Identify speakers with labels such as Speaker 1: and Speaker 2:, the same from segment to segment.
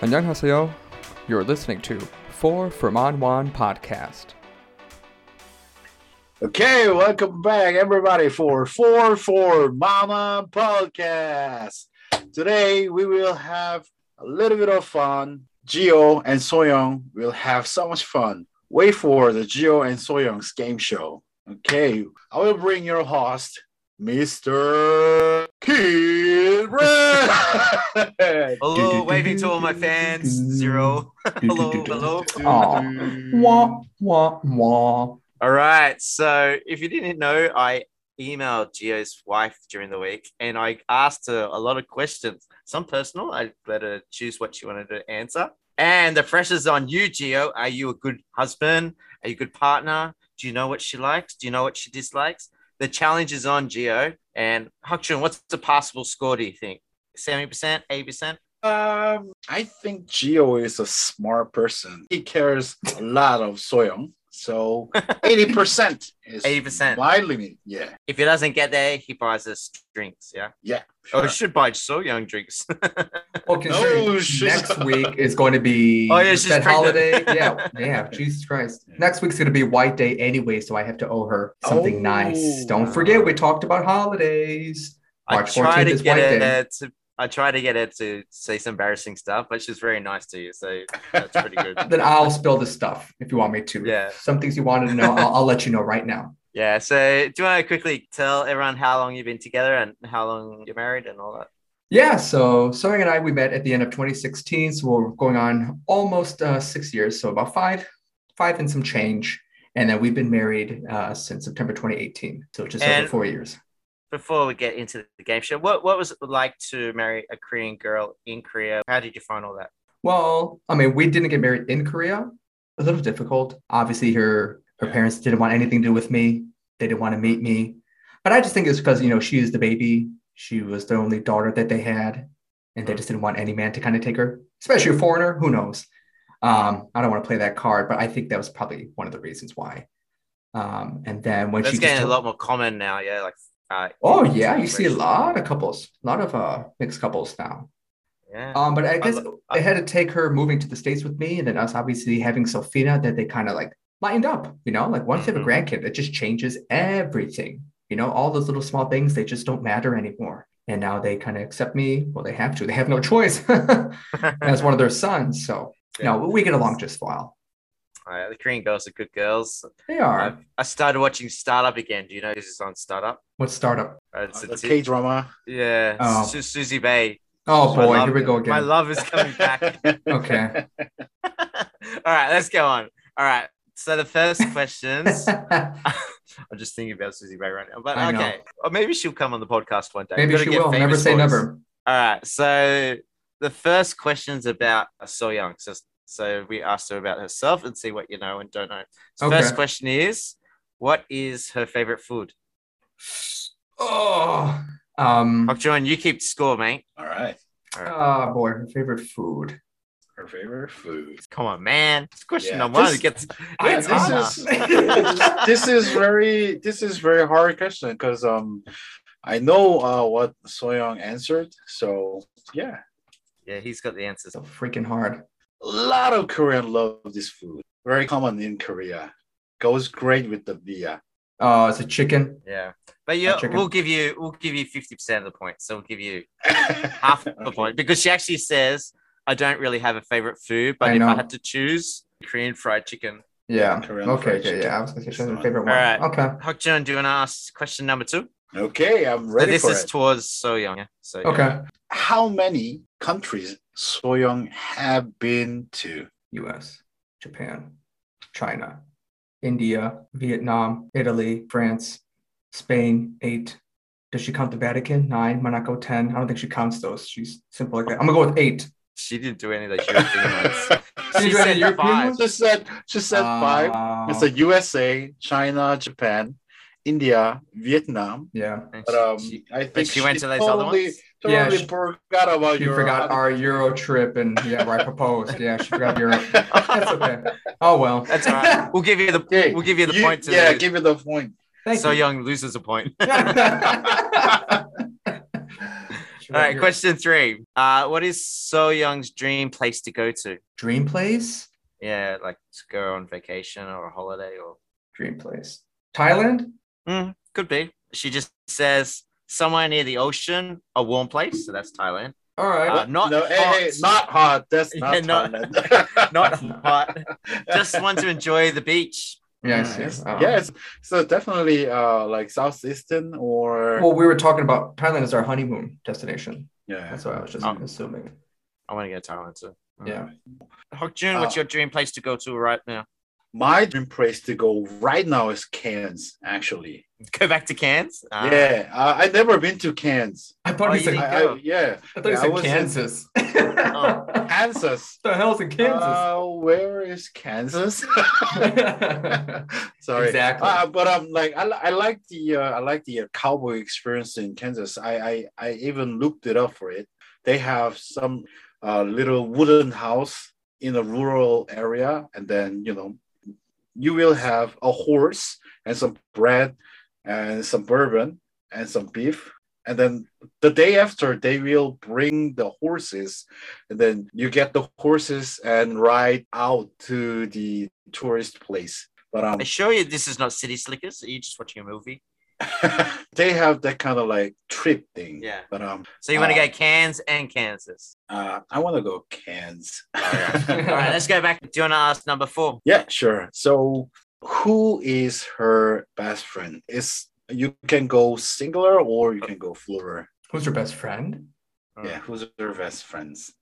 Speaker 1: 안녕하세요. You're listening to Four from Anwan podcast.
Speaker 2: Okay, welcome back, everybody, for Four Four Mama Podcast. Today we will have a little bit of fun. Geo and Soyoung will have so much fun. Wait for the Geo and Soyoung's game show. Okay, I will bring your host, Mr. Kid Red.
Speaker 3: Hello, waving to all my fans. Zero. hello, hello.
Speaker 1: Wah wah wah.
Speaker 3: All right. So, if you didn't know, I emailed Gio's wife during the week and I asked her a lot of questions. Some personal, I let her choose what she wanted to answer. And the pressure's on you, Gio. Are you a good husband? Are you a good partner? Do you know what she likes? Do you know what she dislikes? The challenge is on Gio. And Hakchun, what's the passable score, do you think? 70%, 80%?
Speaker 2: Um, I think Gio is a smart person. He cares a lot of Soyoung. So 80% is
Speaker 3: 80%.
Speaker 2: my limit. Yeah.
Speaker 3: If he doesn't get there, he buys us drinks. Yeah.
Speaker 2: Yeah.
Speaker 3: Oh, he should buy So Young drinks.
Speaker 4: Well, considering
Speaker 2: No, she's-
Speaker 4: next week is going to be
Speaker 3: Oh, yeah, she's
Speaker 4: that
Speaker 3: pregnant.
Speaker 4: holiday. Yeah, yeah. Jesus Christ. Next week's going to be White Day anyway, so I have to owe her something
Speaker 2: Oh.
Speaker 4: nice. Don't forget, we talked about holidays.
Speaker 3: I
Speaker 4: March
Speaker 3: try
Speaker 4: 14th
Speaker 3: to
Speaker 4: is
Speaker 3: get
Speaker 4: White
Speaker 3: her
Speaker 4: Day.
Speaker 3: to. I try to get her to say some embarrassing stuff, but she's very nice to you, so that's pretty good.
Speaker 4: Then I'll spill the stuff if you want me to.
Speaker 3: Yeah.
Speaker 4: Some things you wanted to know, I'll, I'll let you know right now.
Speaker 3: yeah. So, do you want to quickly tell everyone how long you've been together and how long you're married and all that?
Speaker 4: Yeah, so Soyang and I, we met at the end of 2016. So we're going on almost uh, six years. So about five, five and some change. And then we've been married uh, since September 2018. So just
Speaker 3: And-
Speaker 4: over four years.
Speaker 3: Before we get into the game show, what what was it like to marry a Korean girl in Korea? How did you find all that?
Speaker 4: Well, I mean, we didn't get married in Korea. A little difficult. Obviously, her her parents didn't want anything to do with me. They didn't want to meet me. But I just think it's because you know she is the baby. She was the only daughter that they had, and they
Speaker 3: Mm.
Speaker 4: just didn't want any man to kind of take her, especially a foreigner. Who knows? Um, I don't want to play that card, but I think that was probably one of the reasons why. Um, and then when
Speaker 3: That's
Speaker 4: she just
Speaker 3: getting a
Speaker 4: told-
Speaker 3: lot more common now. Yeah, like. Uh,
Speaker 4: oh yeah, you see a
Speaker 3: racial-
Speaker 4: lot of couples, a lot of uh, mixed couples now.
Speaker 3: Yeah.
Speaker 4: Um, but I guess
Speaker 3: lo- I-
Speaker 4: it had to take her moving to the states with me, and then us obviously having Sophina. That they kind of like lined up, you know. Like once you have a
Speaker 3: Mm-hmm.
Speaker 4: grandkid, it just changes everything. You know, all those little small things they just don't matter anymore. And now they kind of accept me. Well, they have to. They have no choice as one of their sons. So no, we get along just fine.
Speaker 3: All right, the Korean girls are good girls.
Speaker 4: They are.
Speaker 3: I, I started watching Startup again. Do you know this is on Startup?
Speaker 4: what startup?
Speaker 3: Uh, It's,
Speaker 2: Uh,
Speaker 3: it's,
Speaker 2: K drama.
Speaker 3: yeah,
Speaker 4: Oh.
Speaker 3: Su- Susie Bay.
Speaker 4: Oh
Speaker 3: My
Speaker 4: boy,
Speaker 3: love-
Speaker 4: here we go
Speaker 3: My
Speaker 4: again.
Speaker 3: love is coming back.
Speaker 4: Okay.
Speaker 3: All right, let's go on. All right. So the first questions, I'm just thinking about Susie Bay right now, but
Speaker 4: I know.
Speaker 3: okay. Or maybe she'll come on the podcast one day.
Speaker 4: Maybe
Speaker 3: Gotta
Speaker 4: she
Speaker 3: get
Speaker 4: will. Never
Speaker 3: famous
Speaker 4: say
Speaker 3: for us.
Speaker 4: never.
Speaker 3: All right. So the first question's about So Young. So, so we asked her about herself and see what you know and don't know. So
Speaker 4: Okay.
Speaker 3: First question is, what is her favorite food?
Speaker 4: Oh. Um.
Speaker 3: John, you keep score, mate.
Speaker 2: All right.
Speaker 4: Oh boy, her favorite food.
Speaker 2: Her favorite food.
Speaker 3: Come on, man. It's question
Speaker 2: Yeah,
Speaker 3: number one.
Speaker 2: this-
Speaker 3: It gets
Speaker 2: Yeah,
Speaker 3: it's Anna.
Speaker 2: this is this is very this is very hard question because um I know uh what Soyoung answered. So yeah.
Speaker 3: yeah, he's got the answers.
Speaker 4: so freaking hard.
Speaker 2: A lot of Korean love this food. Very common in Korea. Goes great with the beer.
Speaker 4: Oh, it's a chicken.
Speaker 3: Yeah, but yeah,
Speaker 4: chicken.
Speaker 3: we'll give you we'll give you fifty percent of the point. So we'll give you half the
Speaker 2: Okay.
Speaker 3: point because she actually says, "I don't really have a favorite food, but
Speaker 4: I
Speaker 3: if I
Speaker 4: know.
Speaker 3: had to choose, Korean fried chicken."
Speaker 4: Yeah.
Speaker 2: Korean
Speaker 4: okay.
Speaker 2: fried
Speaker 4: Okay.
Speaker 2: chicken.
Speaker 4: Yeah. I was gonna say
Speaker 2: It's
Speaker 4: my
Speaker 2: not-
Speaker 4: favorite one.
Speaker 3: Alright.
Speaker 4: Okay.
Speaker 3: Hokjun, do you want to ask question number two?
Speaker 2: Okay, I'm
Speaker 3: So
Speaker 2: ready
Speaker 3: this
Speaker 2: for
Speaker 3: is
Speaker 2: it.
Speaker 3: towards So Young. Yeah? So yeah.
Speaker 4: Okay.
Speaker 2: How many countries Soyoung have been to?
Speaker 4: U.S., Japan, China, India, Vietnam, Italy, France, Spain. Eight. Does she count the Vatican? Nine. Monaco. Ten. I don't think she counts those. She's simple like that. I'm gonna go with eight.
Speaker 3: she didn't do any of those European ones.
Speaker 4: Did
Speaker 3: She
Speaker 4: you do any
Speaker 3: said
Speaker 4: European
Speaker 3: five.
Speaker 4: ones?
Speaker 2: just said just said five. It's
Speaker 4: Oh,
Speaker 2: the USA, China, Japan, India, Vietnam.
Speaker 4: yeah.
Speaker 3: And
Speaker 2: But
Speaker 3: she-
Speaker 2: um,
Speaker 3: she-
Speaker 2: I
Speaker 3: but
Speaker 2: think
Speaker 3: she went to those other
Speaker 2: totally,
Speaker 3: ones.
Speaker 2: Totally
Speaker 4: Yeah, she-
Speaker 2: forgot about
Speaker 4: She
Speaker 2: your. uh,
Speaker 4: forgot our Euro trip and yeah, where I proposed. Yeah, she forgot Europe. That's okay. Oh well.
Speaker 3: That's all right. We'll give you the
Speaker 2: Okay,
Speaker 3: we'll give you the
Speaker 2: You-
Speaker 3: point. To
Speaker 2: yeah, give you the point.
Speaker 4: Thank
Speaker 3: so
Speaker 4: you.
Speaker 3: Young loses a point. All right, question three. Uh, what is So Young's dream place to go to?
Speaker 4: Dream place.
Speaker 3: Yeah, like to go on vacation or a holiday or
Speaker 4: Dream place. Thailand.
Speaker 3: Hmm, could be. She just says somewhere near the ocean, a warm place. So that's Thailand.
Speaker 4: All right.
Speaker 3: Uh, not
Speaker 2: no, hey, hey,
Speaker 3: hot.
Speaker 2: not hot. That's not
Speaker 3: Yeah, not-
Speaker 2: Thailand.
Speaker 3: not hot. Just want to enjoy the beach. Mm.
Speaker 4: yes. Yes.
Speaker 3: Uh-huh.
Speaker 4: Uh,
Speaker 2: yes. So definitely, uh, like southeastern or
Speaker 3: Oh.
Speaker 4: Well, we were talking about Thailand is our honeymoon destination.
Speaker 2: yeah.
Speaker 4: That's what I was just
Speaker 3: Um,
Speaker 4: assuming.
Speaker 3: I want to go to Thailand too. Mm.
Speaker 4: Yeah.
Speaker 3: Hokjun, what's
Speaker 2: Uh,
Speaker 3: your dream place to go to right now?
Speaker 2: My dream place to go right now is Cairns. Actually,
Speaker 3: Go back to Cairns. Ah.
Speaker 2: yeah. Uh, I never been to Cairns.
Speaker 4: I thought
Speaker 3: Oh,
Speaker 4: you
Speaker 3: you
Speaker 4: said,
Speaker 2: I,
Speaker 3: didn't-
Speaker 4: I,
Speaker 2: I,
Speaker 3: go.
Speaker 2: yeah,
Speaker 4: thought you
Speaker 2: I
Speaker 4: said
Speaker 2: was in-
Speaker 4: Kansas.
Speaker 3: Oh.
Speaker 2: Kansas.
Speaker 4: the hell's in Kansas?
Speaker 2: Uh, where is Kansas? Sorry.
Speaker 4: Exactly.
Speaker 2: Uh, but um, like I, li- I like the uh, I like the uh, cowboy experience in Kansas. I, I I even looked it up for it. They have some uh, little wooden house in a rural area, and then you know you will have a horse and some bread and some bourbon and some beef. And then the day after, they will bring the horses, and then you get the horses and ride out to the tourist place. But um,
Speaker 3: I assure you, this is not City Slickers. Are you just watching a movie?
Speaker 2: they have that kind of like trip thing.
Speaker 3: Yeah.
Speaker 2: But um,
Speaker 3: So you want to
Speaker 2: Uh,
Speaker 3: go Cairns and Kansas.
Speaker 2: uh, I want to go Cairns. uh,
Speaker 3: All right, let's go back. Do you want to ask number four?
Speaker 2: yeah, sure. So, who is her best friend? Is you can go singular or you can go plural.
Speaker 4: Who's your best friend?
Speaker 3: Hmm.
Speaker 2: Yeah, who's her best friends?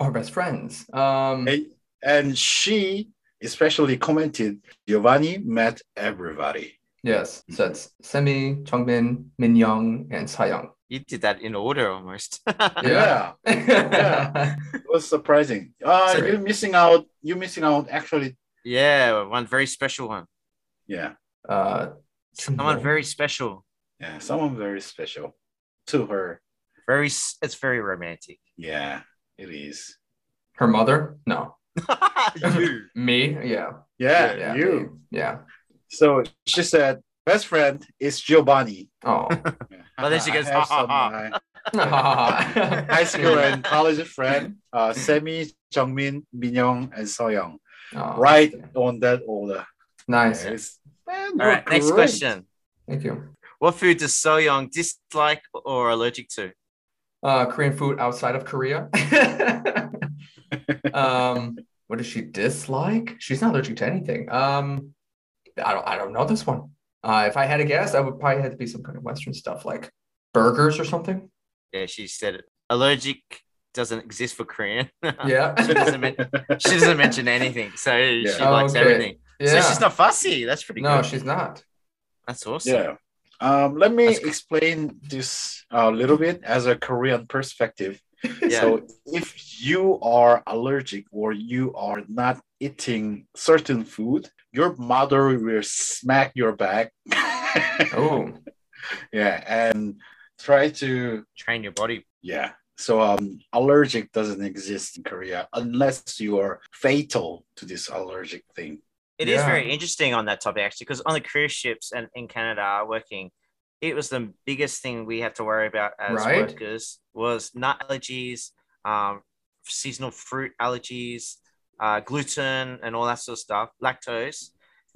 Speaker 4: Or best friends? Um,
Speaker 2: And, and she especially commented, Giovanni met everybody.
Speaker 4: Yes. So it's Semi, Chongmin, Minyoung, and Sayoung.
Speaker 3: You did that in order almost.
Speaker 4: Yeah.
Speaker 2: Yeah. it was surprising. Uh,
Speaker 4: Sorry.
Speaker 2: you're missing out. You're missing out. Actually,
Speaker 3: yeah, one very special one.
Speaker 2: yeah,
Speaker 4: uh,
Speaker 3: Someone very special.
Speaker 2: yeah, someone very special to her.
Speaker 3: Very, s- it's very romantic.
Speaker 2: Yeah, it is.
Speaker 4: her mother? No.
Speaker 3: you.
Speaker 4: Me? Yeah.
Speaker 2: Yeah,
Speaker 4: yeah
Speaker 2: you.
Speaker 4: me. Yeah.
Speaker 2: So she said, best friend is Giovanni.
Speaker 4: Oh.
Speaker 3: Well, then she
Speaker 2: I
Speaker 3: goes,
Speaker 2: have
Speaker 3: "Ha,
Speaker 2: some,
Speaker 3: ha, ha."
Speaker 2: uh,
Speaker 4: I
Speaker 2: high school and college friend, uh, Sammy, Jungmin, Minyoung, and Soyoung. Right on that order.
Speaker 4: Oh, Nice.
Speaker 2: Yes. Man,
Speaker 3: All
Speaker 2: you're
Speaker 3: right, next
Speaker 2: great.
Speaker 3: question.
Speaker 4: Thank you.
Speaker 3: What food does So Young dislike or allergic to?
Speaker 4: Uh, Korean food outside of Korea. um, what does she dislike? She's not allergic to anything. Um, I don't. I don't know this one. Uh, if I had a guess, I would probably have to be some kind of Western stuff like burgers or something.
Speaker 3: Yeah, she said it. Allergic doesn't exist for Korean.
Speaker 4: Yeah.
Speaker 3: she doesn't men- she doesn't mention anything, so she
Speaker 2: Yeah.
Speaker 3: likes
Speaker 4: Oh, Okay.
Speaker 3: everything.
Speaker 4: yeah.
Speaker 3: So she's not fussy. That's pretty
Speaker 4: No,
Speaker 3: good.
Speaker 4: she's not.
Speaker 3: That's awesome.
Speaker 2: Yeah. Um, let me
Speaker 3: That's cool.
Speaker 2: explain this a little bit as a Korean perspective.
Speaker 3: Yeah.
Speaker 2: So if you are allergic or you are not eating certain food, your mother will smack your back.
Speaker 4: Oh,
Speaker 2: yeah, and try to
Speaker 3: Train your body.
Speaker 2: yeah. So um allergic doesn't exist in Korea unless you are fatal to this allergic thing.
Speaker 3: It is
Speaker 4: Yeah.
Speaker 3: very interesting on that topic actually, because on the cruise ships and in Canada working, it was the biggest thing we had to worry about as
Speaker 4: Right.
Speaker 3: workers was nut allergies, um, seasonal fruit allergies, uh, gluten and all that sort of stuff, lactose.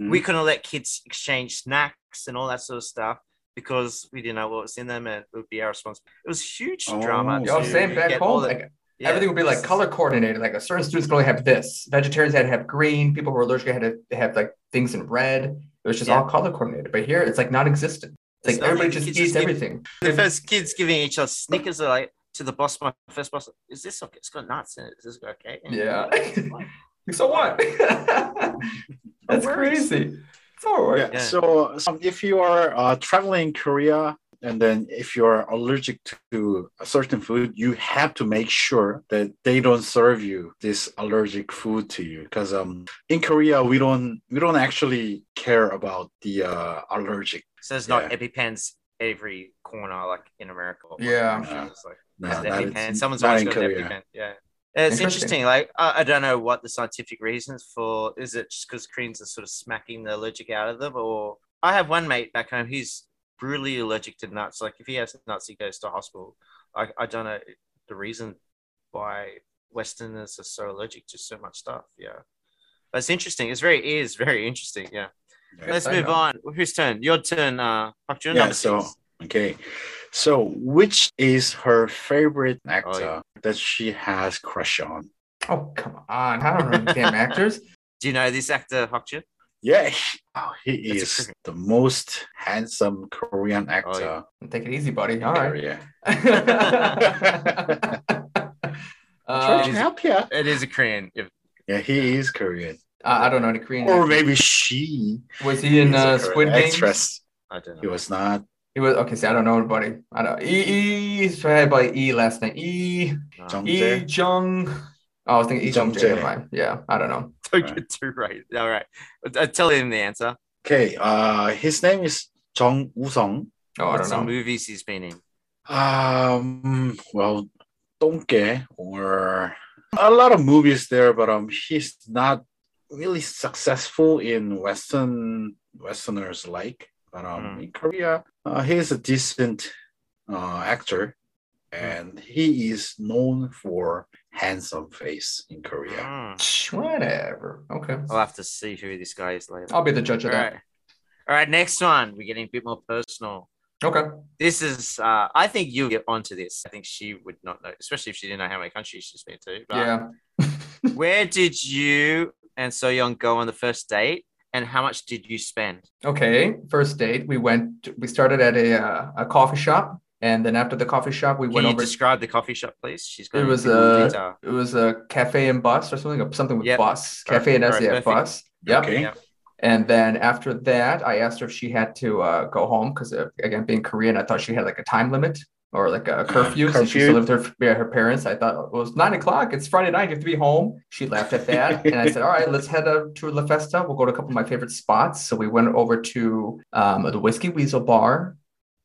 Speaker 4: Mm.
Speaker 3: We couldn't let kids exchange snacks and all that sort of stuff because we didn't know what was in them and it would be our response. It was huge
Speaker 2: Oh,
Speaker 3: drama.
Speaker 4: yo,
Speaker 2: Yeah,
Speaker 3: to
Speaker 4: same back
Speaker 3: get all
Speaker 4: home.
Speaker 3: the-
Speaker 4: Like
Speaker 3: yeah.
Speaker 4: everything would be like color coordinated. Like a certain students could only have this. Vegetarians had to have green. People who were allergic had to have like things in red. It was just
Speaker 3: Yeah.
Speaker 4: all color coordinated. But here it's like non-existent. It's like
Speaker 3: It's not
Speaker 4: everybody
Speaker 3: like you
Speaker 4: just
Speaker 3: can
Speaker 4: eats
Speaker 3: just give-
Speaker 4: everything.
Speaker 3: the first kids giving each other Snickers are like to the boss, my first boss, is this okay? It's got nuts in it. Is this okay? And
Speaker 4: Yeah.
Speaker 3: it's like,
Speaker 4: So what? That's
Speaker 3: worries.
Speaker 4: crazy. It's all right.
Speaker 2: Yeah.
Speaker 3: Yeah.
Speaker 2: So, so if you are uh, traveling in Korea and then if you're allergic to a certain food, you have to make sure that they don't serve you this allergic food to you because um in Korea we don't we don't actually care about the uh, allergic.
Speaker 3: So there's not
Speaker 2: Yeah.
Speaker 3: EpiPens every corner like in America. or
Speaker 4: Yeah.
Speaker 3: whatever. It's like,
Speaker 2: No,
Speaker 3: there's an
Speaker 2: not in-
Speaker 3: EpiPen. Someone's
Speaker 2: not
Speaker 3: always
Speaker 2: in
Speaker 3: got an EpiPen. Yeah. It's
Speaker 4: Interesting.
Speaker 3: interesting. Like I, I don't know what the scientific reasons for is it just because Koreans are sort of smacking the allergic out of them, or I have one mate back home. He's brutally allergic to nuts. Like if he has nuts, he goes to hospital. I, I don't know the reason why Westerners are so allergic to so much stuff. Yeah, that's interesting. It's very it is very interesting. Yeah,
Speaker 2: Yeah.
Speaker 3: let's
Speaker 4: I
Speaker 3: move
Speaker 4: know.
Speaker 3: on. Whose turn? Your turn. Uh, Park Jun.
Speaker 2: Yeah,
Speaker 3: number
Speaker 2: so
Speaker 3: six.
Speaker 2: okay. So which is her favorite actor
Speaker 3: Oh, yeah.
Speaker 2: that she has crush on?
Speaker 4: Oh come on! I don't know damn actors.
Speaker 3: do you know this actor Hok Jun?
Speaker 2: Yeah, he, oh, he
Speaker 3: That's a
Speaker 2: is
Speaker 3: Korean.
Speaker 2: the most handsome Korean actor.
Speaker 4: Take it easy, buddy. Oh, All right.
Speaker 2: area. Try to
Speaker 4: Um,
Speaker 2: help you.
Speaker 3: It is a Korean. If,
Speaker 2: Yeah, he is Korean,
Speaker 4: I I don't know any Korean.
Speaker 2: or
Speaker 4: actors.
Speaker 2: maybe she.
Speaker 4: was he in
Speaker 2: is a
Speaker 4: uh,
Speaker 2: Korean
Speaker 4: Squid Game?
Speaker 2: Actress.
Speaker 3: I don't
Speaker 2: He
Speaker 3: know.
Speaker 2: was not.
Speaker 4: It was okay. See, I don't know anybody. I don't. E E. So I had by E last name. E
Speaker 3: No.
Speaker 2: Jung-
Speaker 4: E
Speaker 2: Jung-jae?
Speaker 4: Jung. Oh, I was thinking E Jung
Speaker 2: Jung-jae.
Speaker 4: Jae. Never mind. Yeah, I don't know.
Speaker 3: Don't get too right. All right. Uh, Tell him the answer.
Speaker 2: Okay. Uh, his name is Jung Woo Sung.
Speaker 4: Oh, I
Speaker 3: What
Speaker 4: don't
Speaker 3: some
Speaker 4: know.
Speaker 3: movies he's been in?
Speaker 2: Um, well, Donke or a lot of movies there, but um, he's not really successful in Western Westerners like, but um,
Speaker 4: Hmm.
Speaker 3: Mm.
Speaker 2: in Korea, uh, he's a decent uh, actor, and he is known for handsome face in Korea.
Speaker 3: Mm.
Speaker 4: Shh, Whatever. Okay.
Speaker 3: I'll have to see who this guy is later.
Speaker 4: I'll be the judge
Speaker 3: All
Speaker 4: of
Speaker 3: right.
Speaker 4: that.
Speaker 3: All right. Next one. We're getting a bit more personal.
Speaker 4: Okay.
Speaker 3: This is, uh, I think you'll get onto this. I think she would not know, especially if she didn't know how many countries she's been to. But
Speaker 4: Yeah.
Speaker 3: Where did you and So Young go on the first date? And how much did you spend?
Speaker 4: Okay. First date. We went. We started at a uh, a coffee shop, and then after the coffee shop, we
Speaker 3: Can
Speaker 4: went
Speaker 3: you
Speaker 4: over.
Speaker 3: describe the coffee shop, please? She's got
Speaker 4: It was,
Speaker 3: a bit more
Speaker 4: uh,
Speaker 3: detail.
Speaker 4: it was a cafe and bus or something. Something with
Speaker 3: Yep.
Speaker 4: bus.
Speaker 3: Alright,
Speaker 4: Cafe and
Speaker 3: alright,
Speaker 4: SAF
Speaker 3: perfect.
Speaker 4: bus. Yep.
Speaker 2: Okay.
Speaker 3: Yeah.
Speaker 4: And then after that, I asked her if she had to uh, go home because, uh, again, being Korean, I thought she had like a time limit or like a curfew. Since she
Speaker 2: curfew.
Speaker 4: still lived with her, yeah, her parents, I thought well, it was nine o'clock. It's Friday night. You have to be home. She laughed at that. and I said, All right, let's head up to La Festa. We'll go to a couple of my favorite spots. So we went over to um, the Whiskey Weasel Bar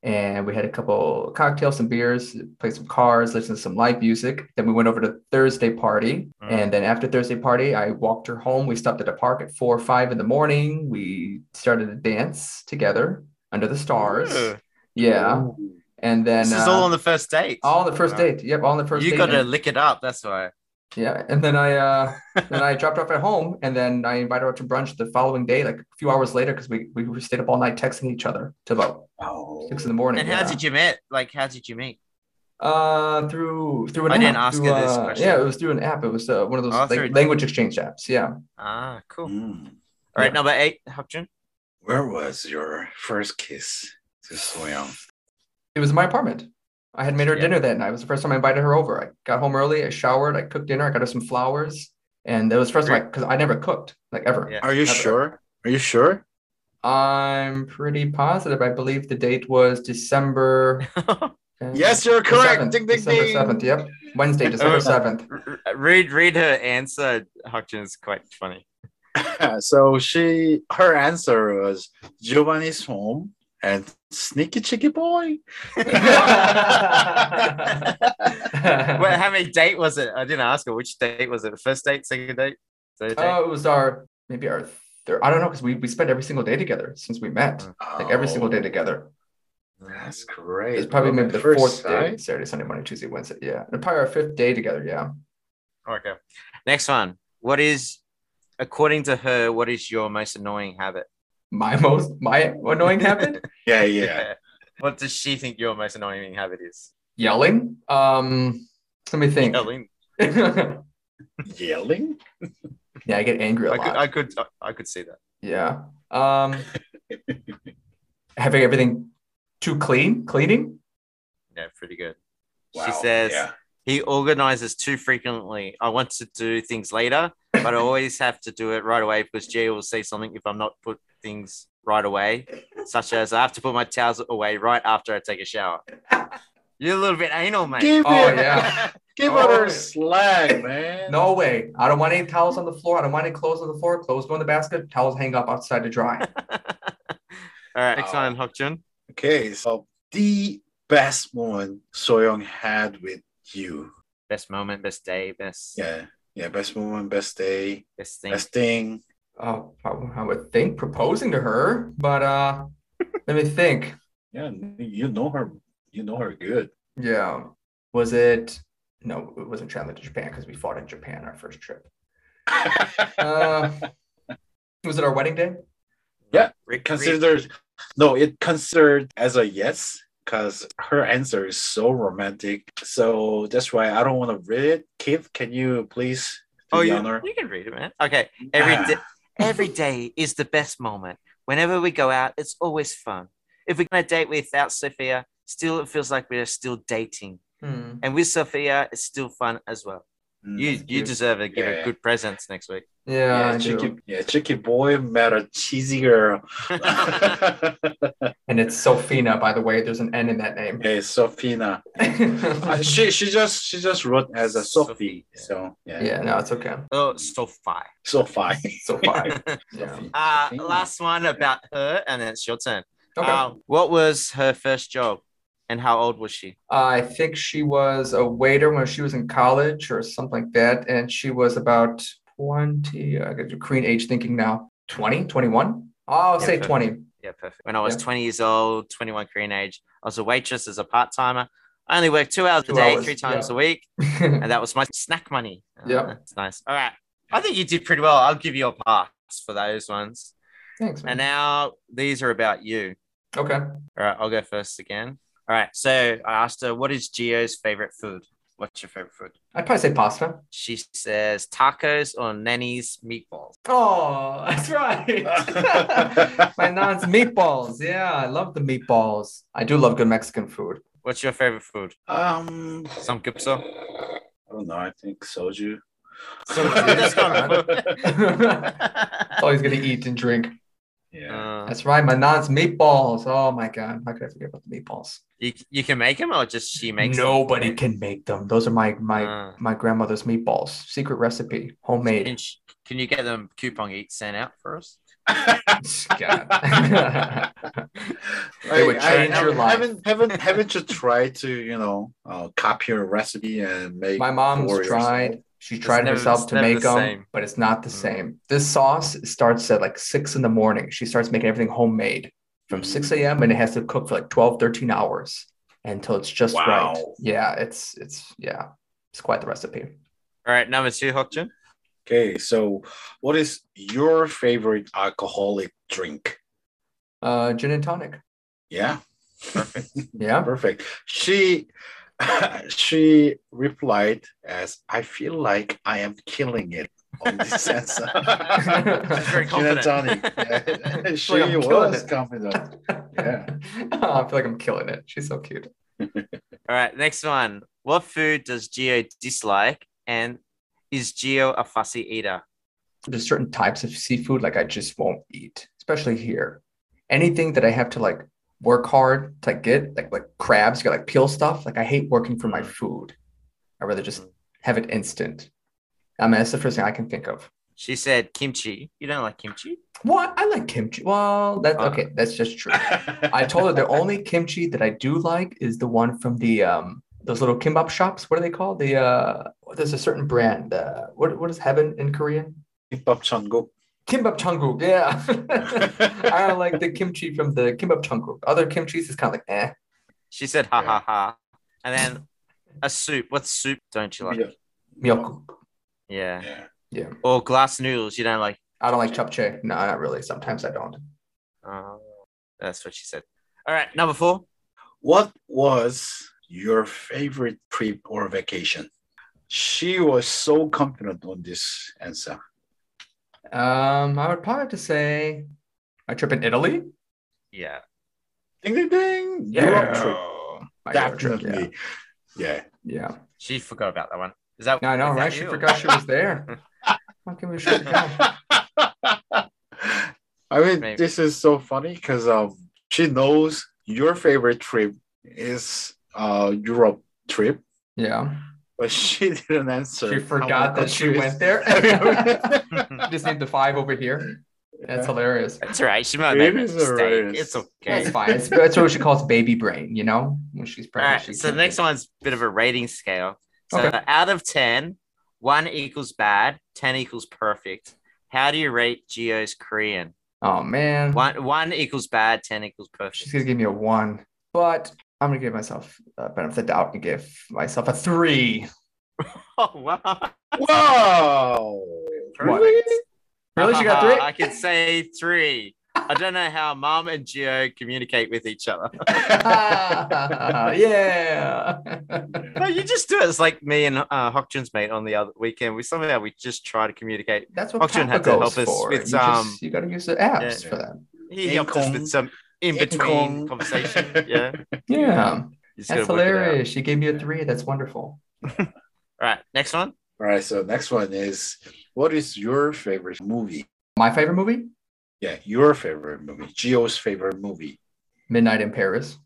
Speaker 4: and we had a couple cocktails, some beers, played some cards, listened to some live music. Then we went over to Thursday party,
Speaker 3: Mm.
Speaker 4: and then after Thursday party, I walked her home. We stopped at a park at four or five in the morning. We started to dance together under the stars.
Speaker 3: Ooh.
Speaker 4: Yeah,
Speaker 2: Ooh.
Speaker 4: and then uh,
Speaker 3: this is all on the first date.
Speaker 4: all on the first
Speaker 3: Wow.
Speaker 4: date. Yep, all on the first
Speaker 3: you
Speaker 4: date.
Speaker 3: got to
Speaker 4: And-
Speaker 3: lick it up. That's why.
Speaker 4: yeah, and then I uh then I dropped off at home, and then I invited her out to brunch the following day, like a few hours later, because we we stayed up all night texting each other till about
Speaker 2: Oh.
Speaker 4: six in the morning.
Speaker 3: And how
Speaker 4: yeah.
Speaker 3: did you met? Like, how did you meet?
Speaker 4: Uh, through through an
Speaker 3: I
Speaker 4: app.
Speaker 3: didn't ask
Speaker 4: through,
Speaker 3: her this
Speaker 4: uh,
Speaker 3: question.
Speaker 4: Yeah, it was through an app. It was uh, one of those
Speaker 3: Oh,
Speaker 4: like,
Speaker 3: through-
Speaker 4: language exchange apps. Yeah.
Speaker 3: Ah, cool. All
Speaker 2: Mm.
Speaker 3: right,
Speaker 4: Yeah.
Speaker 3: number eight, Hokjun.
Speaker 2: Where was your first kiss to Soyeon?
Speaker 4: It was in my apartment. I had made her
Speaker 3: Yeah.
Speaker 4: dinner that night. It was the first time I invited her over. I got home early. I showered. I cooked dinner. I got her some flowers. And that was the first time because I never cooked like ever.
Speaker 3: Yeah.
Speaker 2: Are you
Speaker 4: Never.
Speaker 2: sure? Are you sure?
Speaker 4: I'm pretty positive. I believe the date was December. uh,
Speaker 2: Yes, you're
Speaker 4: the
Speaker 2: correct.
Speaker 4: 7th,
Speaker 2: Ding, ding,
Speaker 4: December
Speaker 2: ding.
Speaker 4: 7th. Yep. Wednesday, December 7th.
Speaker 3: R- r- Uh, read read her answer, Hokjun. is quite funny.
Speaker 2: so she her answer was Giovanni's home and sneaky cheeky boy.
Speaker 3: Well, how many date was it? I didn't ask her which date was it. First date, second date, third date.
Speaker 4: Oh, it was our maybe our third. I don't know because we we spent every single day together since we met, like every single day together.
Speaker 2: Oh, That's great.
Speaker 4: It's probably maybe the
Speaker 2: First
Speaker 4: fourth day,
Speaker 2: sight?
Speaker 4: Saturday, Sunday, Monday, Tuesday, Wednesday. Yeah, and probably our fifth day together. Yeah.
Speaker 3: Okay. Next one. What is, according to her, what is your most annoying habit?
Speaker 4: My most my annoying habit
Speaker 2: Yeah, yeah.
Speaker 3: What does she think your most annoying habit is?
Speaker 4: yelling. Um, let me think.
Speaker 3: Yelling.
Speaker 4: yeah,
Speaker 2: Yelling?
Speaker 4: I get angry a
Speaker 3: I
Speaker 4: lot.
Speaker 3: could, I could, I could see that.
Speaker 4: yeah. Um, having everything too clean, cleaning.
Speaker 3: Yeah, pretty good.
Speaker 2: Wow,
Speaker 3: She says
Speaker 2: yeah.
Speaker 3: he organizes too frequently. I want to do things later, but I always have to do it right away because Gia will say something if I'm not put things right away, such as I have to put my towels away right after I take a shower. You're a little bit anal, mate.
Speaker 2: Give
Speaker 4: Oh
Speaker 2: it,
Speaker 4: yeah.
Speaker 2: give
Speaker 4: Oh,
Speaker 2: her
Speaker 4: yeah.
Speaker 2: slack, man.
Speaker 4: No way. I don't want any towels on the floor. I don't want any clothes on the floor. Clothes go in the basket. Towels hang up outside to dry.
Speaker 3: All right, next
Speaker 2: Wow.
Speaker 3: one, Hokjun.
Speaker 2: Okay, so the best moment Soyoung had with you.
Speaker 3: Best moment, best day, best
Speaker 2: Yeah. Yeah, best moment, best day,
Speaker 3: best thing.
Speaker 2: best thing.
Speaker 4: Oh, I, I would think proposing to her, but uh, let me think.
Speaker 2: Yeah, you know her. You know her good.
Speaker 4: Yeah, Was it? No, it wasn't traveling to Japan because we fought in Japan our first trip. Uh, was it our wedding day?
Speaker 2: Yeah,
Speaker 3: Rick, Rick,
Speaker 2: considered no it considered as a yes because her answer is so romantic so that's why i don't want to read it keith can you please do
Speaker 3: oh,
Speaker 2: the
Speaker 3: you,
Speaker 2: honor?
Speaker 3: you can read it, man. Okay. Every
Speaker 2: Ah.
Speaker 3: day, every day is the best moment. Whenever we go out, it's always fun. If we're going to date without Sophia, still it feels like we're still dating.
Speaker 4: Hmm.
Speaker 3: And with Sophia, it's still fun as well.
Speaker 2: Mm.
Speaker 3: You you
Speaker 4: cute.
Speaker 3: deserve to give
Speaker 2: Yeah.
Speaker 3: a good presents next week.
Speaker 4: Yeah,
Speaker 2: yeah,
Speaker 4: I do.
Speaker 2: chicky, yeah, chicky boy met a cheesy girl.
Speaker 4: and it's Sophina, by the way. There's an N in that name.
Speaker 2: hey, Sophina. Uh, she she just she just wrote as a Sophie.
Speaker 3: Sophie, yeah.
Speaker 2: So yeah,
Speaker 4: yeah, no, it's okay.
Speaker 3: oh, so far.
Speaker 2: Sophie.
Speaker 4: So fine. Yeah.
Speaker 2: Sophie.
Speaker 3: Uh,
Speaker 2: Sophina.
Speaker 3: last one about her, and then it's your turn.
Speaker 4: Okay.
Speaker 3: Um, what was her first job, and how old was she?
Speaker 4: I think she was a waiter when she was in college or something like that. And she was about 20. I got Korean age thinking now. 20, 21? I'll
Speaker 3: Yeah,
Speaker 4: say
Speaker 3: fair.
Speaker 4: 20.
Speaker 3: Yeah, perfect. When I was
Speaker 4: Yeah.
Speaker 3: 20 years old, 21 Korean age, I was a waitress as a part timer. I only worked two hours
Speaker 4: Two
Speaker 3: a day,
Speaker 4: hours,
Speaker 3: three times
Speaker 4: yeah. Mm-hmm.
Speaker 3: a week, and that was my snack money. Uh,
Speaker 4: Yeah.
Speaker 3: that's nice. All right, I think you did pretty well. I'll give you a pass for those ones.
Speaker 4: Thanks, man.
Speaker 3: And now these are about you.
Speaker 4: okay.
Speaker 3: All right, I'll go first again. All right, so I asked her, "What is Gio's favorite food? What's your favorite food?"
Speaker 4: I'd probably say pasta.
Speaker 3: She says tacos or nanny's meatballs.
Speaker 4: Oh, that's right. My nan's meatballs. Yeah, I love the meatballs. I do love good Mexican food.
Speaker 3: What's your favorite food?
Speaker 2: um,
Speaker 3: Some gypsum.
Speaker 2: I don't know. I think soju.
Speaker 3: Soju, that's not a food.
Speaker 4: That's all he's gonna eat and drink.
Speaker 2: yeah.
Speaker 3: Uh,
Speaker 4: That's right. My nan's meatballs. Oh my god, how could I forget about the meatballs?
Speaker 3: you, you can make them or just she makes them?
Speaker 4: Nobody can make them. Those are my my
Speaker 3: Uh,
Speaker 4: my grandmother's meatballs. Secret recipe,
Speaker 3: can,
Speaker 4: homemade.
Speaker 3: sh- can you get them coupon eat sent out for us?
Speaker 4: God. It would change your life.
Speaker 2: Haven't, haven't, haven't you tried to, you know, uh, copy your recipe and make?
Speaker 4: my mom's
Speaker 2: warriors.
Speaker 4: tried. She tried
Speaker 3: never-
Speaker 4: herself
Speaker 3: it's
Speaker 4: to
Speaker 3: never
Speaker 4: make
Speaker 3: the
Speaker 4: them,
Speaker 3: same.
Speaker 4: but it's not the
Speaker 3: Mm.
Speaker 4: same. This sauce starts at like six in the morning. She starts making everything homemade from
Speaker 2: Mm.
Speaker 4: 6 a.m. and it has to cook for like 12, 13 hours until it's just right.
Speaker 2: Wow.
Speaker 4: Yeah, it's it's yeah, it's quite the recipe.
Speaker 3: All right, number two, Hokjun.
Speaker 2: Okay, so what is your favorite alcoholic drink?
Speaker 4: Uh gin and tonic.
Speaker 2: Yeah,
Speaker 4: Yeah.
Speaker 2: perfect. She she replied as I feel like I am killing it on this answer.
Speaker 3: She's very
Speaker 2: Gin and
Speaker 3: confident.
Speaker 2: tonic. Yeah. she
Speaker 4: Like I'm killing
Speaker 2: was
Speaker 4: it.
Speaker 2: confident. Yeah.
Speaker 4: Oh, I feel like I'm killing it. She's so cute.
Speaker 3: All right, next one. What food does Geo dislike and is Geo a fussy eater?
Speaker 4: there's certain types of seafood like I just won't eat, especially here. Anything that I have to like work hard to get, like like crabs, you got like peel stuff. Like I hate working for my food. I'd rather
Speaker 2: Mm.
Speaker 4: just have it instant. I mean, that's the first thing I can think of.
Speaker 3: She said kimchi. You don't like kimchi?
Speaker 4: What I like kimchi. Well, that's
Speaker 3: Uh.
Speaker 4: okay. That's just true. I told her the only kimchi that I do like is the one from the um those little kimbap shops. What are they called? The uh there's a certain brand. Uh, what what is heaven in Korean?
Speaker 2: Kimbap Changguk.
Speaker 4: Kimbap Changguk, yeah. I don't like the kimchi from the kimbap Changguk. Other kimchis is kind of like eh.
Speaker 3: She said ha ha ha. And then a soup. What soup don't you like?
Speaker 2: Yeah.
Speaker 4: Myeokguk.
Speaker 3: Yeah.
Speaker 2: Yeah.
Speaker 3: Or glass noodles. You don't like.
Speaker 4: I don't like japchae. No, not really. Sometimes I don't.
Speaker 3: Oh, that's what she said. All right, number four.
Speaker 2: What was your favorite trip or vacation? She was so confident on this answer.
Speaker 4: Um, I would probably have to say my trip in Italy.
Speaker 3: Yeah.
Speaker 2: Ding ding ding. Europe trip.
Speaker 4: My Europe Oh, trip,
Speaker 2: Definitely. Yeah.
Speaker 4: yeah. yeah.
Speaker 3: She forgot about that one. Is that
Speaker 4: No, I know,
Speaker 3: is that
Speaker 4: right? She
Speaker 3: you?
Speaker 4: forgot she was there. Fucking we should go.
Speaker 2: I mean,
Speaker 3: Maybe.
Speaker 2: this is so funny because um, she knows your favorite trip is uh Europe trip,
Speaker 4: Yeah.
Speaker 2: but she didn't answer.
Speaker 4: She
Speaker 2: how
Speaker 4: forgot
Speaker 2: many
Speaker 4: that she
Speaker 2: countries-
Speaker 4: went there. Just need the five over here. That's hilarious.
Speaker 3: That's all right. She might have
Speaker 2: It
Speaker 3: made a
Speaker 2: is
Speaker 3: mistake.
Speaker 2: alright.
Speaker 3: It's
Speaker 4: That's
Speaker 3: okay.
Speaker 4: fine. It's, that's what she calls baby brain, you know? When she's
Speaker 3: All
Speaker 4: pregnant. she
Speaker 3: right. So the
Speaker 4: can't
Speaker 3: next
Speaker 4: think.
Speaker 3: one's a bit of a rating scale. So
Speaker 4: Okay.
Speaker 3: out of 10, one equals bad, 10 equals perfect. How do you rate Geo's Korean?
Speaker 4: Oh man.
Speaker 3: One one equals bad, 10 equals
Speaker 4: She's
Speaker 3: perfect.
Speaker 4: gonna give me a one. But I'm gonna give myself a benefit of the doubt and give myself a three.
Speaker 3: Oh wow!
Speaker 2: Whoa!
Speaker 3: Perfect.
Speaker 4: Really, she got three?
Speaker 3: I can say three. I don't know how Mom and Gio communicate with each other,
Speaker 4: yeah.
Speaker 3: but you just do it. It's like me and uh, Hockjun's mate on the other weekend. We somehow we just try to communicate.
Speaker 4: That's what
Speaker 3: Oxygen
Speaker 4: Papa
Speaker 3: had to help
Speaker 4: goes
Speaker 3: us
Speaker 4: for.
Speaker 3: with,
Speaker 4: you,
Speaker 3: um,
Speaker 4: just, you gotta use the apps
Speaker 3: yeah.
Speaker 4: for that.
Speaker 3: He helped us with
Speaker 2: Incong.
Speaker 3: some in between
Speaker 2: Incong.
Speaker 3: conversation. Yeah,
Speaker 1: Yeah.
Speaker 4: Um,
Speaker 3: You just
Speaker 4: that's
Speaker 3: gotta work it out.
Speaker 4: hilarious. She gave me a three. That's wonderful.
Speaker 3: All right, next one.
Speaker 2: All right. So next one is what is your favorite movie?
Speaker 4: My favorite movie,
Speaker 2: Yeah, your favorite movie. Gio's favorite movie.
Speaker 4: Midnight in Paris.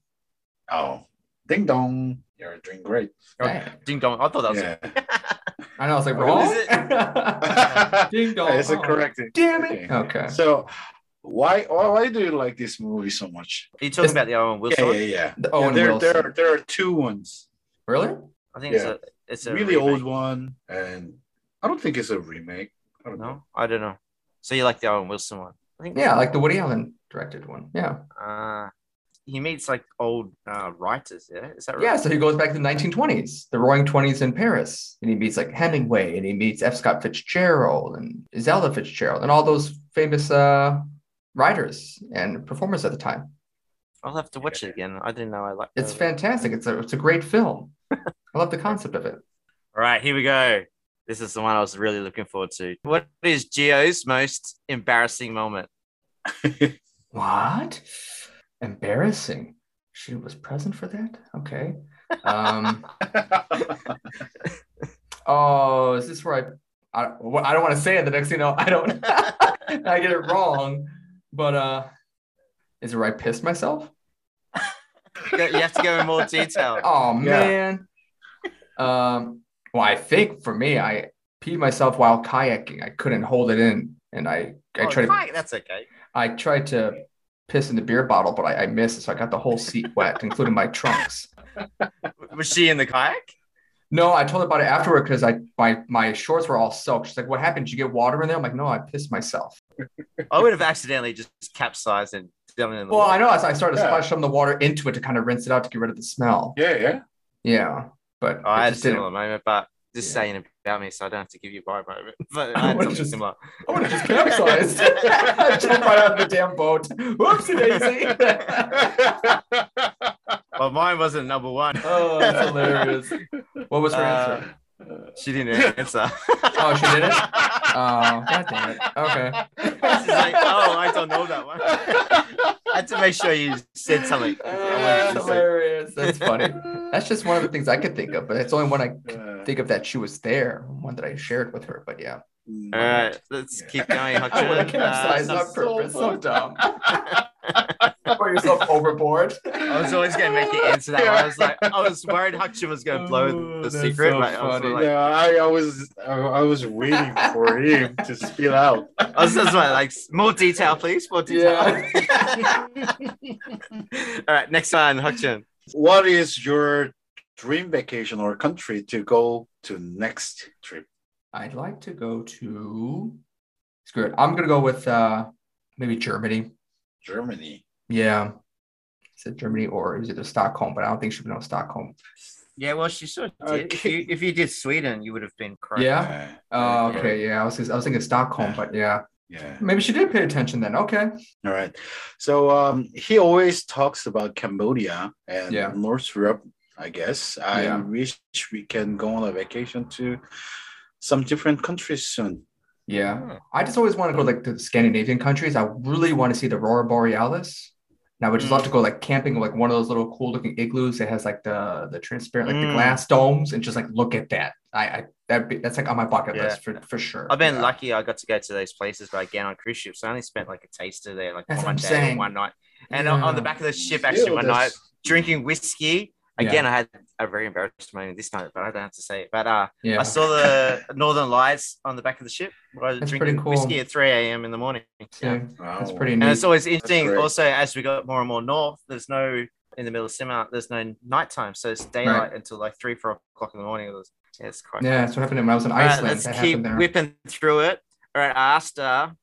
Speaker 2: Oh, ding dong. You're doing great.
Speaker 3: Oh,
Speaker 4: Dang.
Speaker 3: Ding dong. I thought that was
Speaker 2: Yeah.
Speaker 4: I know. I was like,
Speaker 2: What is
Speaker 4: wrong. Ding dong.
Speaker 2: It's
Speaker 4: Oh,
Speaker 2: correct.
Speaker 4: Damn it.
Speaker 2: Okay.
Speaker 4: Okay.
Speaker 2: So why why why do you like this movie so much?
Speaker 3: Are you talking about the Owen Wilson?
Speaker 2: Yeah,
Speaker 3: one? Oh,
Speaker 2: yeah, yeah.
Speaker 4: The
Speaker 2: Yeah,
Speaker 4: Owen
Speaker 2: there,
Speaker 4: Wilson.
Speaker 2: there, are, there are two ones.
Speaker 4: Really?
Speaker 3: I think
Speaker 2: Yeah.
Speaker 3: it's a it's a
Speaker 2: really
Speaker 3: remake.
Speaker 2: old one, and I don't think it's a remake. I don't know.
Speaker 3: No, I don't know. So you like the Owen Wilson one? I think
Speaker 4: Yeah, like the Woody Allen directed one. Yeah.
Speaker 3: uh, he meets like old uh, writers. Yeah, is that right?
Speaker 4: Yeah. So he goes back to the 1920s, the Roaring Twenties in Paris, and he meets like Hemingway, and he meets F. Scott Fitzgerald and Zelda Fitzgerald, and all those famous uh, writers and performers at the time.
Speaker 3: I'll have to watch it again. I didn't know I liked.
Speaker 4: It's
Speaker 3: that.
Speaker 4: fantastic. It's a it's a great film. I love the concept of it.
Speaker 3: All right, here we go. This is the one I was really looking forward to. What is Geo's most embarrassing moment?
Speaker 4: What? Embarrassing. She was present for that. Okay. Um, oh, is this where I? I, well, I don't want to say it. The next thing you know, I don't. I get it wrong. But uh, is it where I pissed myself?
Speaker 3: You got- you have to go in more detail.
Speaker 4: Oh
Speaker 2: Yeah.
Speaker 4: man. Um. Well, I think for me, I peed myself while kayaking. I couldn't hold it in, and I I
Speaker 3: Oh,
Speaker 4: tried to
Speaker 3: fuck, That's okay.
Speaker 4: I tried to piss in the beer bottle, but I, I missed it, so I got the whole seat wet, including my trunks.
Speaker 3: Was she in the kayak?
Speaker 4: No, I told her about it afterward because I my my shorts were all soaked. She's like, "What happened? Did you get water in there?" I'm like, "No, I pissed myself."
Speaker 3: I would have accidentally just capsized and done it in the
Speaker 4: Well, I
Speaker 3: water.
Speaker 4: know I, I started to
Speaker 2: Yeah.
Speaker 4: splash some of the water into it to kind of rinse it out to get rid of the smell. Yeah,
Speaker 2: yeah, yeah.
Speaker 4: but
Speaker 3: Oh, I
Speaker 4: I
Speaker 3: had a
Speaker 4: just didn't.
Speaker 3: similar moment, but just
Speaker 4: Yeah.
Speaker 3: saying about me, so I don't have to give you my moment. But I had
Speaker 4: would've
Speaker 3: something
Speaker 4: just-
Speaker 3: similar.
Speaker 4: I would have just capsized. I jumped right out of the damn boat. Whoopsie daisy.
Speaker 3: Well, mine wasn't number one.
Speaker 4: oh, that's hilarious. What was her
Speaker 3: Uh,
Speaker 4: answer?
Speaker 3: She didn't answer.
Speaker 4: Oh, she didn't? Oh, god damn it. Okay.
Speaker 3: She's like, oh, I don't know that one. I had to make sure you said something.
Speaker 4: Uh,
Speaker 3: I
Speaker 4: That's
Speaker 3: wanted to say-
Speaker 4: hilarious. That's funny. That's just one of the things I could think of, but it's only one I could think of that she was there, one that I shared with her. But yeah,
Speaker 3: All right, let's keep going.
Speaker 4: I would have
Speaker 3: Hudson.
Speaker 4: capsized
Speaker 3: Uh,
Speaker 4: on purpose. So
Speaker 2: so
Speaker 4: dumb. Throw yourself overboard.
Speaker 3: I was always going to make you answer that. One. I was like, I was worried Hutchin was going to blow
Speaker 4: Oh,
Speaker 3: the
Speaker 4: that's
Speaker 3: secret.
Speaker 4: so
Speaker 3: but I was
Speaker 4: funny.
Speaker 3: like,
Speaker 2: yeah, I, I was I, I was waiting for him to spill out.
Speaker 3: I was just like, like, more detail, please, more detail. All right, next one, Hutchin.
Speaker 2: What is your dream vacation or country to go to next trip?
Speaker 4: I'd like to go to. Screw it. I'm gonna go with uh maybe Germany.
Speaker 2: Germany.
Speaker 4: Yeah. Said Germany or it was either Stockholm, but I don't think she would know Stockholm.
Speaker 3: Yeah, well, she sort
Speaker 2: of did. If you-
Speaker 3: if you did Sweden, you would have been correct.
Speaker 4: Yeah.
Speaker 2: Uh,
Speaker 4: Oh, okay. Yeah, I was I was thinking Stockholm, but yeah,
Speaker 2: yeah.
Speaker 4: maybe she did pay attention then. Okay.
Speaker 2: All right. So um, he always talks about Cambodia and
Speaker 4: Yeah.
Speaker 2: North Europe, I guess. I
Speaker 4: Yeah.
Speaker 2: wish we can go on a vacation to some different countries soon.
Speaker 4: Yeah.
Speaker 3: Hmm.
Speaker 4: I just always want to go like to the Scandinavian countries. I really want to see the aurora borealis, and I would just
Speaker 3: Hmm.
Speaker 4: love to go like camping, like one of those little cool looking igloos that has like the the transparent, like the
Speaker 3: Mm.
Speaker 4: glass domes, and just like look at that. I, I that be that's like on my bucket
Speaker 3: Yeah.
Speaker 4: list for for sure.
Speaker 3: I've been
Speaker 4: Yeah.
Speaker 3: lucky I got to go to those places, but again on cruise ships, I only spent like a taster there, like
Speaker 4: That's what
Speaker 3: one
Speaker 4: I'm
Speaker 3: day
Speaker 4: saying.
Speaker 3: or one night. And on- on the
Speaker 4: Yeah.
Speaker 3: back of the ship, actually,
Speaker 2: Still,
Speaker 3: one night,
Speaker 2: that's-
Speaker 3: drinking whiskey.
Speaker 4: Yeah.
Speaker 3: Again, I had a very embarrassed moment this time, but I don't have to say it. But uh,
Speaker 4: Yeah.
Speaker 3: I saw the Northern Lights on the back of the ship. while I was
Speaker 4: That's pretty
Speaker 3: drinking
Speaker 4: cool.
Speaker 3: whiskey at 3 a.m. in the morning.
Speaker 4: Yeah.
Speaker 2: Wow.
Speaker 4: That's pretty
Speaker 3: Oh. And
Speaker 4: neat.
Speaker 3: it's always interesting.
Speaker 2: great.
Speaker 3: Also, as we got more and more north, there's no in the middle of summer, there's no nighttime, so it's daylight until like three, four o'clock in the morning. It was, yeah, it's quite.
Speaker 4: Yeah, that's what happened when I was in
Speaker 3: All right,
Speaker 4: Iceland.
Speaker 3: let's
Speaker 4: that
Speaker 3: keep
Speaker 4: happened there.
Speaker 3: whipping through it. All right, I asked her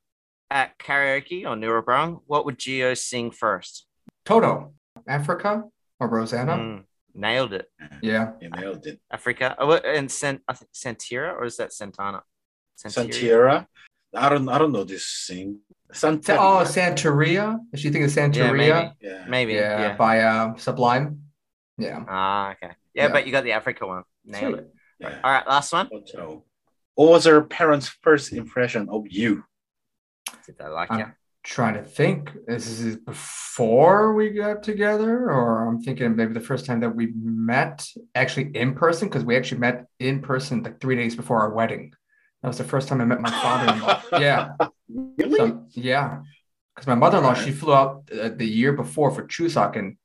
Speaker 3: at karaoke on Nuremberg, what would Geo sing first?
Speaker 4: Toto, Africa, or Rosanna.
Speaker 3: Mm, nailed it.
Speaker 4: Yeah.
Speaker 2: You nailed it.
Speaker 3: Africa. Oh, what- and San, I think Santira, or is that Santana?
Speaker 2: Santiera. I don't I don't know this thing.
Speaker 4: Sa-
Speaker 2: Santeria.
Speaker 4: oh, Santeria. Is she thinking of
Speaker 3: Yeah,
Speaker 4: Santeria?
Speaker 3: maybe.
Speaker 2: yeah.
Speaker 3: Maybe.
Speaker 4: yeah,
Speaker 3: Yeah.
Speaker 4: by uh, Sublime. Yeah.
Speaker 3: Ah, okay. Yeah,
Speaker 4: Yeah.
Speaker 3: but you got the Africa one. Nailed
Speaker 4: Sweet.
Speaker 3: it.
Speaker 2: yeah.
Speaker 3: All right, last one.
Speaker 2: What so- What was her parents' first impression of you?
Speaker 3: Did they like
Speaker 4: Um,
Speaker 3: you?
Speaker 4: Trying to think. This is before we got together, or I'm thinking maybe the first time that we met actually in person, because we actually met in person like three days before our wedding. That was the first time I met my father-in-law. yeah.
Speaker 2: Really?
Speaker 4: So, yeah, because my mother in law
Speaker 2: Alright.
Speaker 4: she flew out uh, the year before for Chuseok, and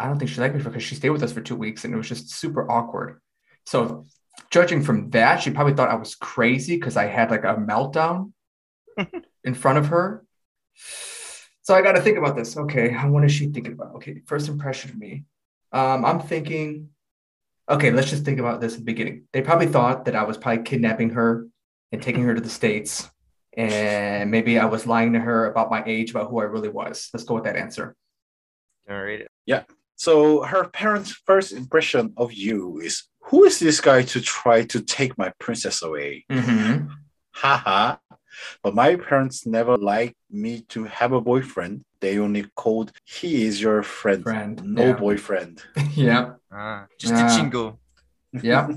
Speaker 4: I don't think she liked me because she stayed with us for two weeks, and it was just super awkward. So, judging from that, she probably thought I was crazy because I had like a meltdown in front of her. So I got to think about this. Okay, what is she thinking about? Okay, first impression of me. Um, I'm thinking. Okay, let's just think about this at the beginning. They probably thought that I was probably kidnapping her and taking her to the states and maybe I was lying to her about my age, about who I really was. Let's go with that answer.
Speaker 3: Can I read it?
Speaker 2: So her parents' first impression of you is who is this guy to try to take my princess away?
Speaker 3: Mm-hmm.
Speaker 2: Haha. But my parents never liked me to have a boyfriend. They only called he is your friend.
Speaker 4: Friend.
Speaker 2: No
Speaker 4: yeah.
Speaker 2: boyfriend.
Speaker 4: yeah.
Speaker 3: Ah, just
Speaker 4: Yeah.
Speaker 3: a jingle.
Speaker 4: Yeah.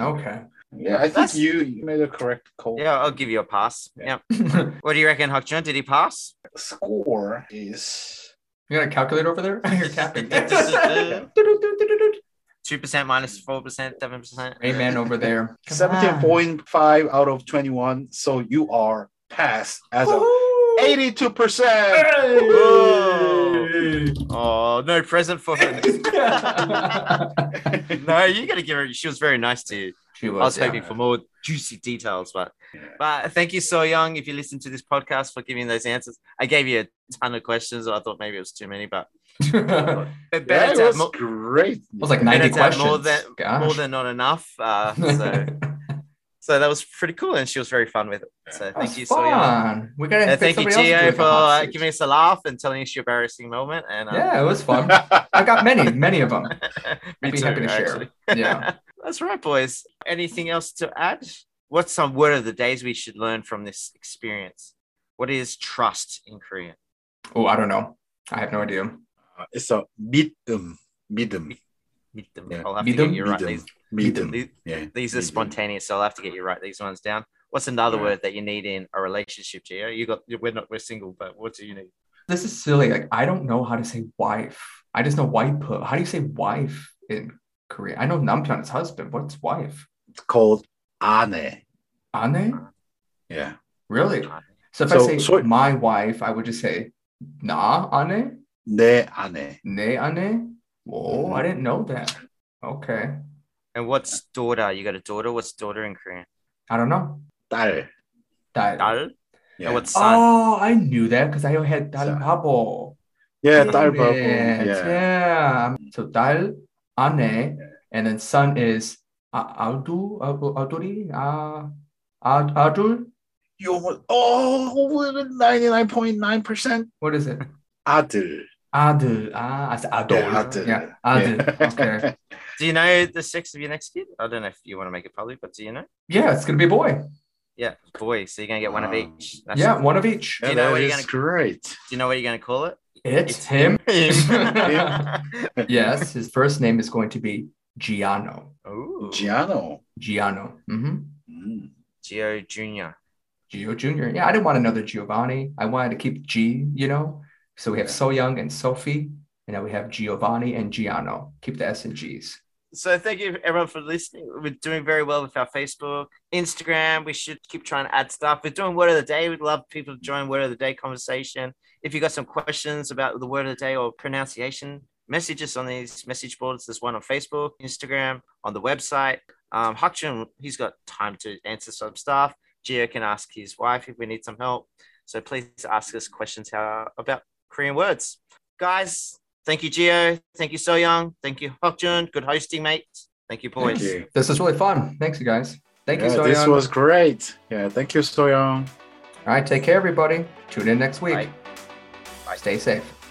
Speaker 4: Okay.
Speaker 2: Yeah, I think
Speaker 3: That's-
Speaker 2: you, you made a correct call.
Speaker 3: Yeah, I'll give you a pass.
Speaker 2: Yeah.
Speaker 3: Yeah. What do you reckon, Hokjun? Did he pass?
Speaker 2: Score is
Speaker 4: You got a calculator over there? You're tapping.
Speaker 3: Two percent minus
Speaker 4: Mm.
Speaker 3: four percent, seven percent.
Speaker 4: Amen over there. Come
Speaker 2: seventeen
Speaker 4: on.
Speaker 2: point five out of twenty one. So you are passed as a
Speaker 4: Woohoo!
Speaker 2: eighty-two percent.
Speaker 3: Whoa. Oh, no present for her. no, you got to give her. She was very nice to you.
Speaker 4: she
Speaker 3: I
Speaker 4: was,
Speaker 3: was
Speaker 4: yeah.
Speaker 3: hoping for more juicy details, but but thank you, So Young, if you listen to this podcast for giving those answers. I gave you a ton of questions. I thought maybe it was too many, but
Speaker 4: it
Speaker 3: but better
Speaker 2: That
Speaker 3: to have
Speaker 2: was
Speaker 3: mo-
Speaker 2: great.
Speaker 4: was like
Speaker 3: better
Speaker 4: 90
Speaker 3: to have
Speaker 4: questions.
Speaker 3: more than- more
Speaker 4: Gosh.
Speaker 3: than not enough. Uh, so so that was pretty cool, and she was very fun with it. So
Speaker 4: That was
Speaker 3: thank you, So Young.
Speaker 4: fun. We got to
Speaker 3: And thank you, Gio, for uh, giving us a laugh and telling us your embarrassing moment. And uh,
Speaker 4: Yeah, it was fun. I got many, many of them.
Speaker 3: me
Speaker 4: I'd be
Speaker 3: too,
Speaker 4: happy to share.
Speaker 3: actually.
Speaker 4: Yeah.
Speaker 3: That's right, boys. Anything else to add? What's some word of the days we should learn from this experience? What is trust in Korean?
Speaker 4: Oh, I don't know. I have no idea.
Speaker 2: it's a 믿음, 믿음,
Speaker 3: Meet them.
Speaker 2: Yeah.
Speaker 3: I'll have
Speaker 4: Meet
Speaker 3: to
Speaker 4: them,
Speaker 3: get you right.
Speaker 2: 믿음,
Speaker 3: These,
Speaker 2: 믿음.
Speaker 3: these,
Speaker 2: Yeah.
Speaker 3: these are
Speaker 2: Meet them.
Speaker 3: spontaneous, so I'll have to get you right. These ones down. What's another
Speaker 2: Alright.
Speaker 3: word that you need in a relationship, Gio? You got we're not we're single, but what do you need?
Speaker 4: This is silly. Like I don't know how to say wife. I just know wife. How do you say wife in Korea? I know Namjoon is husband. What's wife?
Speaker 2: It's called 아내.
Speaker 4: Ane?
Speaker 2: Yeah.
Speaker 4: Really? So if I
Speaker 2: So-
Speaker 4: say
Speaker 2: so-
Speaker 4: my wife, I would just say na ane,
Speaker 2: 내 아내.
Speaker 4: ne ane. Whoa,
Speaker 2: Mm-hmm.
Speaker 4: I didn't know that. Okay,
Speaker 3: And what's daughter? You got a daughter? What's daughter in Korean?
Speaker 4: I don't know.
Speaker 2: 딸.
Speaker 4: Dal.
Speaker 3: Dal?
Speaker 2: Yeah.
Speaker 3: And what's son?
Speaker 4: Oh, I knew that because I had dal
Speaker 2: Son.
Speaker 4: babo.
Speaker 2: yeah,
Speaker 4: Damn
Speaker 2: 딸 바보.
Speaker 4: it.
Speaker 2: Yeah.
Speaker 4: Yeah. So dal, ane, and then son is Aldu, Alduri, Aldul.
Speaker 2: You almost, oh, 99.9%
Speaker 4: What is it?
Speaker 2: 아들.
Speaker 4: Adul. Ah, I said
Speaker 2: Yeah,
Speaker 4: Adul.
Speaker 2: Adul.
Speaker 4: Yeah, Adul. Okay.
Speaker 3: Do you know the sex of your next kid? I don't know if you want to make it public, but do you know?
Speaker 4: Yeah, it's gonna be a boy.
Speaker 3: Yeah, boy. So you're gonna get one of
Speaker 2: Um,
Speaker 3: each.
Speaker 4: Yeah, one of each.
Speaker 3: Do
Speaker 2: Yeah,
Speaker 3: you know
Speaker 2: that
Speaker 3: what you're
Speaker 2: is great.
Speaker 3: Do you know what you're gonna call it?
Speaker 4: It's him.
Speaker 3: Him.
Speaker 4: Yes, his first name is going to be Giano.
Speaker 3: Ooh.
Speaker 2: Giano.
Speaker 4: Giano. Mm-hmm.
Speaker 2: Mm.
Speaker 3: Gio Junior.
Speaker 4: Gio Jr. Yeah, I didn't want another Giovanni. I wanted to keep G, you know. So we have
Speaker 2: Yeah.
Speaker 4: So Young and Sophie, and now we have Giovanni and Giano. Keep the S and G's.
Speaker 3: So thank you everyone for listening. We're doing very well with our Facebook, Instagram. We should keep trying to add stuff. We're doing word of the day. We'd love people to join word of the day conversation. If you got some questions about the word of the day or pronunciation, message us on these message boards. There's one on Facebook, Instagram, on the website. Um, Hakchun, he's got time to answer some stuff. Gio can ask his wife if we need some help. So please ask us questions how, about Korean words. Guys, Thank you, Gio. Thank you, So Young. Thank you, Hokjun. Good hosting, mate. Thank you, boys.
Speaker 2: Thank you.
Speaker 4: This was really fun. Thanks, you guys. Thank you,
Speaker 2: Yeah,
Speaker 4: So
Speaker 2: This
Speaker 4: Young.
Speaker 2: was great. Yeah, thank you,
Speaker 4: All
Speaker 2: Soyoung.
Speaker 4: right, take care, everybody. Tune in next week.
Speaker 3: Bye. Bye.
Speaker 4: Stay safe.